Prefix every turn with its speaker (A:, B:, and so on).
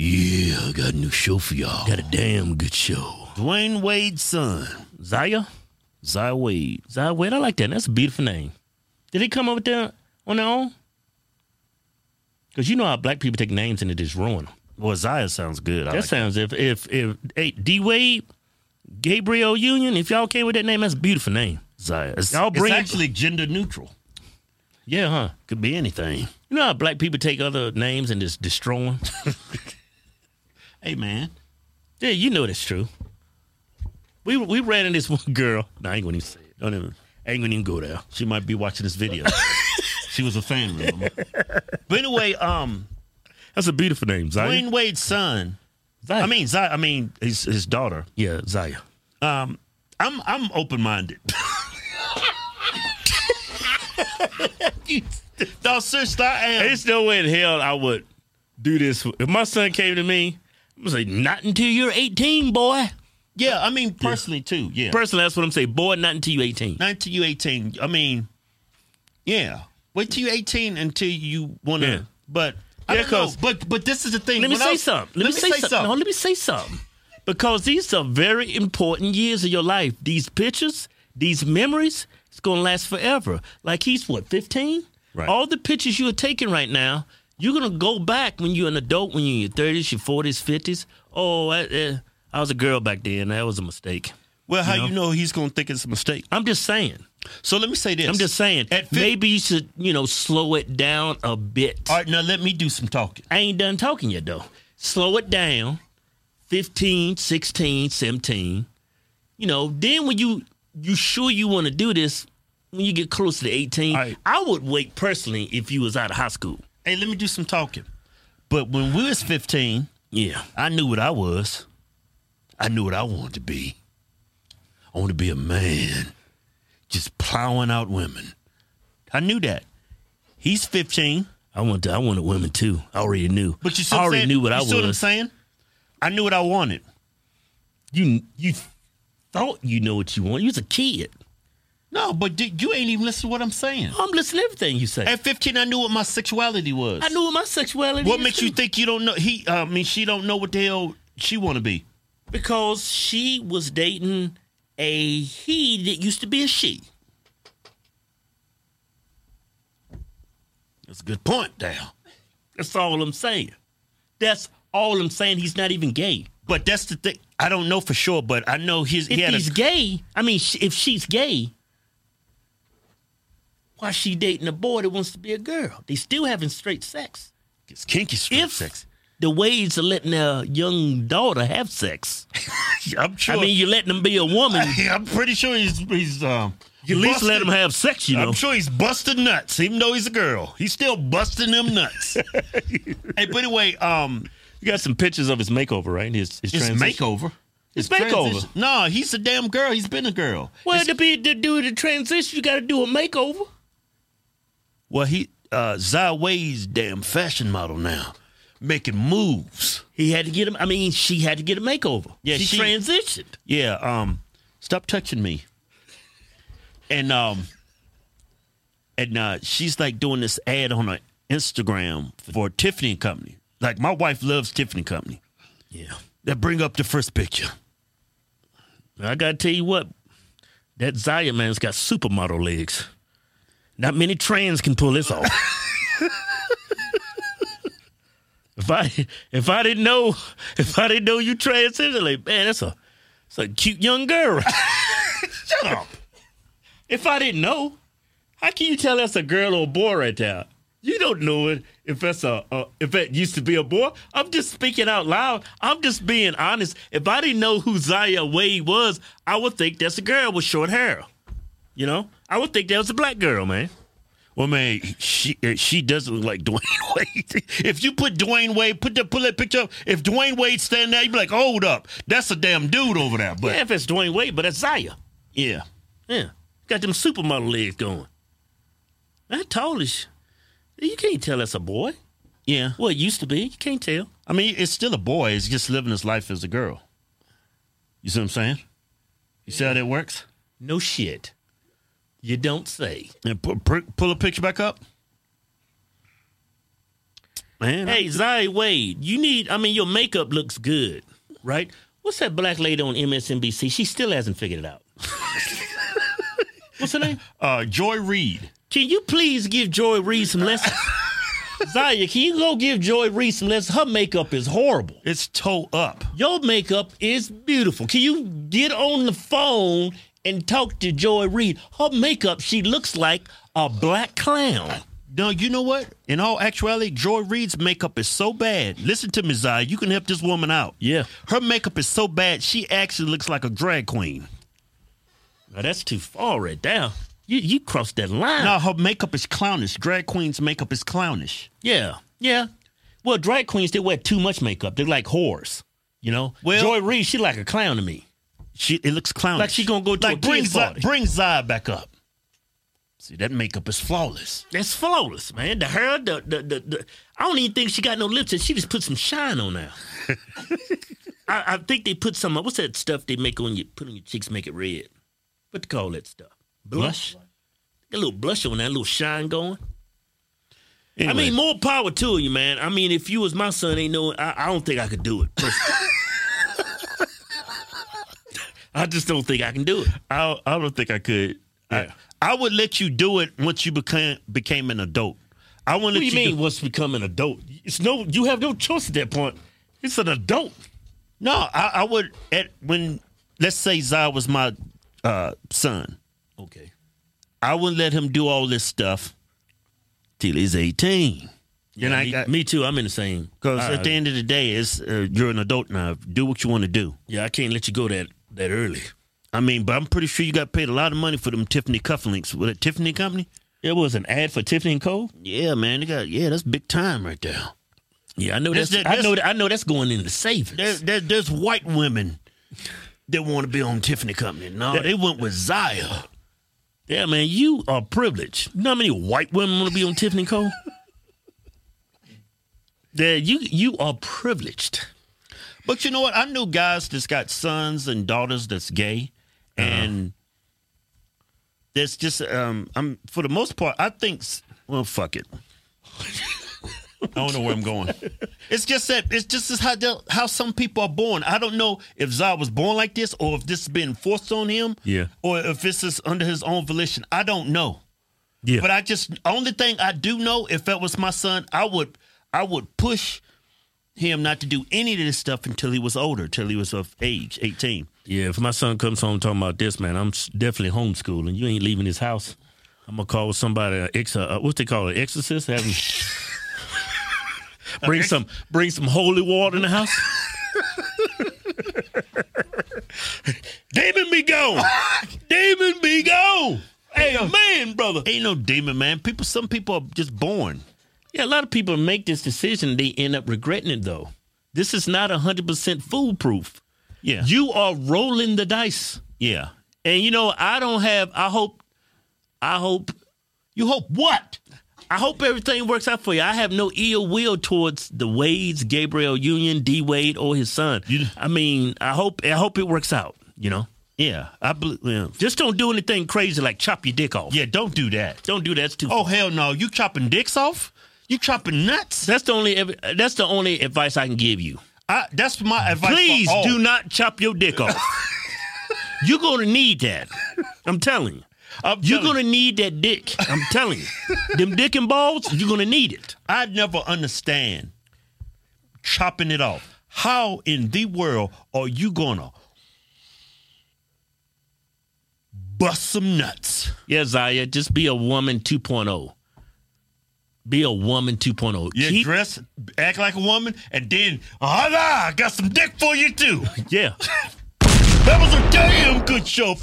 A: Yeah, I got a new show for y'all. Got a damn good show.
B: Dwayne Wade's son, Zaya.
A: Zy Wade.
B: Zaya Wade, I like that. That's a beautiful name. Did they come up with that on their own? Because you know how black people take names and it just ruin them.
A: Well, Zaya sounds good. I
B: That
A: like
B: sounds if if if hey, D Wade, Gabriel Union. If y'all okay with that name, that's a beautiful name.
A: Zaya. It's,
B: Y'all bring-
A: it's actually gender neutral.
B: Yeah, huh?
A: Could be anything.
B: You know how black people take other names and just destroy them.
A: Hey, man.
B: yeah, you know that's true. We we ran in this one girl. No, I ain't gonna even say it.
A: Don't even.
B: I ain't gonna even go there.
A: She might be watching this video. she was a fan, remember? but anyway, um,
B: That's a beautiful name, Zaya.
A: Dwayne Wade's son.
B: Zaya.
A: I mean, Zy, I mean his his daughter.
B: yeah, Zaya.
A: I'm I'm open minded. no, seriously, I am.
B: It's no way in hell I would do this. If my son came to me, I'm gonna say, "Not until you're 18, boy."
A: yeah, I mean personally too. Yeah,
B: Personally, that's what I'm saying. Boy, not until you're 18.
A: nine till you eighteen. I mean, yeah, wait till you eighteen until you want to.
B: Yeah.
A: But I
B: Yeah,
A: don't know.
B: 'cause-
A: but but this is the thing.
B: Let me
A: When I
B: say
A: was-
B: something. Let, me, say, something. No, let me say something. Because these are very important years of your life. These pictures, these memories, it's going to last forever. Like he's what, 15?
A: Right.
B: All the pictures you are taking right now, you're going to go back when you're an adult, when you're in your 30s, your 40s, 50s. Oh, I, eh, I was a girl back then. That was a mistake.
A: Well, how you know he's gonna think it's a mistake?
B: I'm just saying.
A: So let me say this.
B: I'm just saying.
A: At fif-
B: maybe you should, you know, slow it down a bit.
A: All right, now let me do some talking.
B: I ain't done talking yet though. Slow it down. 15, 16, 17. You know, then when you you sure you want to do this, when you get close to 18,
A: All right.
B: I would wait personally if you was out of high school.
A: Hey, let me do some talking. But when we was fifteen,
B: Yeah.
A: I knew what I was. I knew what I wanted to be. I wanted to be a man, just plowing out women. I knew that. He's 15,
B: I want to, I wanted women too. I already knew.
A: but you see
B: I
A: what I'm
B: already
A: saying?
B: knew what
A: you
B: I
A: see what I'm
B: was.
A: saying? I knew what I wanted.
B: you you thought you know what you want. You was a kid.
A: No, but di- you ain't even listening to what I'm saying.
B: I'm listening to everything you say.
A: At 15, I knew what my sexuality was.
B: I knew what my sexuality
A: What
B: is,
A: makes
B: too.
A: you think you don't know? He, uh, I mean, she don't know what the hell she want to be.
B: Because she was dating a he that used to be a she.
A: That's a good point, Dale.
B: That's all I'm saying. That's all I'm saying. He's not even gay.
A: But that's the thing. I don't know for sure, but I know his.
B: If
A: he had a-
B: he's gay, I mean, sh- if she's gay, why she dating a boy that wants to be a girl? They still having straight sex.
A: it's kinky straight
B: If
A: sex.
B: the Wades are letting their young daughter have sex,
A: I'm sure.
B: I mean, you're letting them be a woman.
A: I'm pretty sure he's he's um.
B: You at least let
A: busted-
B: them have sex, you know.
A: I'm sure he's busting nuts, even though he's a girl. He's still busting them nuts. hey, but anyway, um,
B: You got some pictures of his makeover, right? His his,
A: it's makeover.
B: His makeover.
A: transition- No, he's a damn girl. He's been a girl.
B: Well,
A: It's-
B: to be to do the transition, you got to do a makeover.
A: well, he uh, Zy Wade's damn fashion model now, making moves.
B: He had to get him. I mean, she had to get a makeover.
A: Yeah,
B: she,
A: she-
B: transitioned.
A: Yeah. Um, stop touching me. And um, and uh, she's like doing this ad on her Instagram for Tiffany and Company. Like my wife loves Tiffany and Company.
B: Yeah.
A: That bring up the first picture.
B: I gotta tell you what, that Zaya man's got supermodel legs. Not many trans can pull this off. if I if I didn't know if I didn't know you transitioned, like man, that's a it's a cute young girl. Shut up. If I didn't know, how can you tell that's a girl or a boy right there? You don't know it if that's a, a if that used to be a boy. I'm just speaking out loud. I'm just being honest. If I didn't know who Zaya Wade was, I would think that's a girl with short hair. You know, I would think that was a black girl, man.
A: Well, man, she uh, she doesn't look like Dwayne Wade. if you put Dwayne Wade, put the pull that picture up. If Dwayne Wade stand there, you'd be like, hold up, that's a damn dude over there. But
B: yeah, if it's Dwayne Wade, but that's Zaya.
A: yeah.
B: Yeah, got them supermodel legs going. That tall is. You can't tell that's a boy.
A: yeah,
B: Well, it used to be. You can't tell.
A: I mean, it's still a boy. It's just living his life as a girl. You see what I'm saying? You see how that works?
B: No shit. You don't say.
A: And pu- pu- pull a picture back up. man.
B: Hey, Zai Wade, you need, I mean, your makeup looks good, right? What's that black lady on MSNBC? She still hasn't figured it out. What's her name?
A: Uh, Joy Reid.
B: Can you please give Joy Reid some lessons? Zaya, can you go give Joy Reid some lessons? Her makeup is horrible.
A: It's toe up.
B: Your makeup is beautiful. Can you get on the phone and talk to Joy Reid? Her makeup, she looks like a black clown.
A: No, you know what? In all actuality, Joy Reid's makeup is so bad. Listen to me, Zaya. You can help this woman out.
B: Yeah.
A: Her makeup is so bad, she actually looks like a drag queen.
B: Now that's too far right there. You you crossed that line.
A: No, her makeup is clownish. Drag queen's makeup is clownish.
B: Yeah, yeah. Well, drag queens they wear too much makeup. They're like whores, you know.
A: Well-
B: Joy Reid, she like a clown to me.
A: She it looks clownish.
B: Like she gonna go to a
A: like bring
B: kid's
A: Zai-
B: party.
A: bring Zaya back up. See that makeup is flawless.
B: That's flawless, man. The hair, the the the. the I don't even think she got no lipstick. She just put some shine on there. I, I think they put some. What's that stuff they make on you? Put on your cheeks, make it red. What they call that stuff? Blush. Get a little blush on that, a little shine going. I
A: Anyway.
B: mean, more power to you, man. I mean, if you was my son, ain't no, I, I don't think I could do it. personally. I just don't think I can do it.
A: I I don't think I could.
B: Yeah.
A: I, I would let you do it once you became became an adult. I want
B: What
A: to
B: do
A: let
B: you
A: you
B: mean?
A: do-
B: Once become an adult, it's no, you have no choice at that point. It's an adult.
A: no, I, I would at when let's say Zai was my uh, son.
B: Okay.
A: I wouldn't let him do all this stuff till he's eighteen.
B: Yeah,
A: and I
B: me,
A: got
B: me too. I'm in the same.
A: because
B: I-
A: at the end of the day, it's uh, you're an adult now. Do what you want to do.
B: yeah, I can't let you go that that early.
A: I mean, but I'm pretty sure you got paid a lot of money for them Tiffany cufflinks. Was it Tiffany Company?
B: It was an ad for Tiffany and Co.
A: Yeah, man, they got yeah, that's big time right there.
B: Yeah, I know that's.
A: That's-
B: I know. I know that's going into savings.
A: There, there, there's white women that want to be on Tiffany Company. No, they went with Zaya.
B: Yeah, man, you are privileged. You know how many white women want to be on Tiffany Co? Yeah, you you are privileged.
A: But you know what? I know guys that's got sons and daughters that's gay, and there's just um, I'm for the most part, I think. s- Well, fuck it. I don't know where I'm going. It's just that it's just as how the- how some people are born. I don't know if Zai was born like this, or if this has been forced on him,
B: Yeah.
A: or if this is under his own volition. I don't know.
B: Yeah,
A: But I just only thing I do know, if that was my son, I would I would push him not to do any of this stuff until he was older, till he was of age, eighteen.
B: yeah. If my son comes home talking about this, man, I'm s- definitely homeschooling. You ain't leaving his house. I'm gonna call somebody an ex. Uh, what they call it? Exorcist. Have him bring some bring some holy water in the house.
A: Demon be gone. Demon be gone.
B: hey man, brother.
A: Ain't no demon, man. People some people are just born.
B: Yeah, a lot of people make this decision. They end up regretting it though. This is not hundred percent foolproof.
A: Yeah.
B: You are rolling the dice.
A: yeah.
B: And you know, I don't have. I hope. I hope.
A: You hope what?
B: I hope everything works out for you. I have no ill will towards the Wades, Gabriel Union, D Wade, or his son.
A: You-
B: I mean, I hope. I hope it works out. You know,
A: Yeah. I believe yeah.
B: just don't do anything crazy like chop your dick off.
A: yeah, don't do that.
B: Don't do that. That's too.
A: Oh hell no. You chopping dicks off? You chopping nuts?
B: That's the only. ev- That's the only advice I can give you.
A: I, that's my advice.
B: Please
A: for all.
B: do not chop your dick off. You're gonna need that. I'm telling you.
A: I'm
B: You're
A: telling-
B: gonna need that dick. I'm telling you. Them dick and balls. You're gonna need it.
A: I never understand chopping it off. How in the world are you gonna bust some nuts?
B: Yeah, Zaya, just be a woman 2.0. Be a woman 2.0.
A: You
B: Keep-
A: dress, act like a woman, and then ah, I got some dick for you too.
B: yeah.
A: That was a damn good show.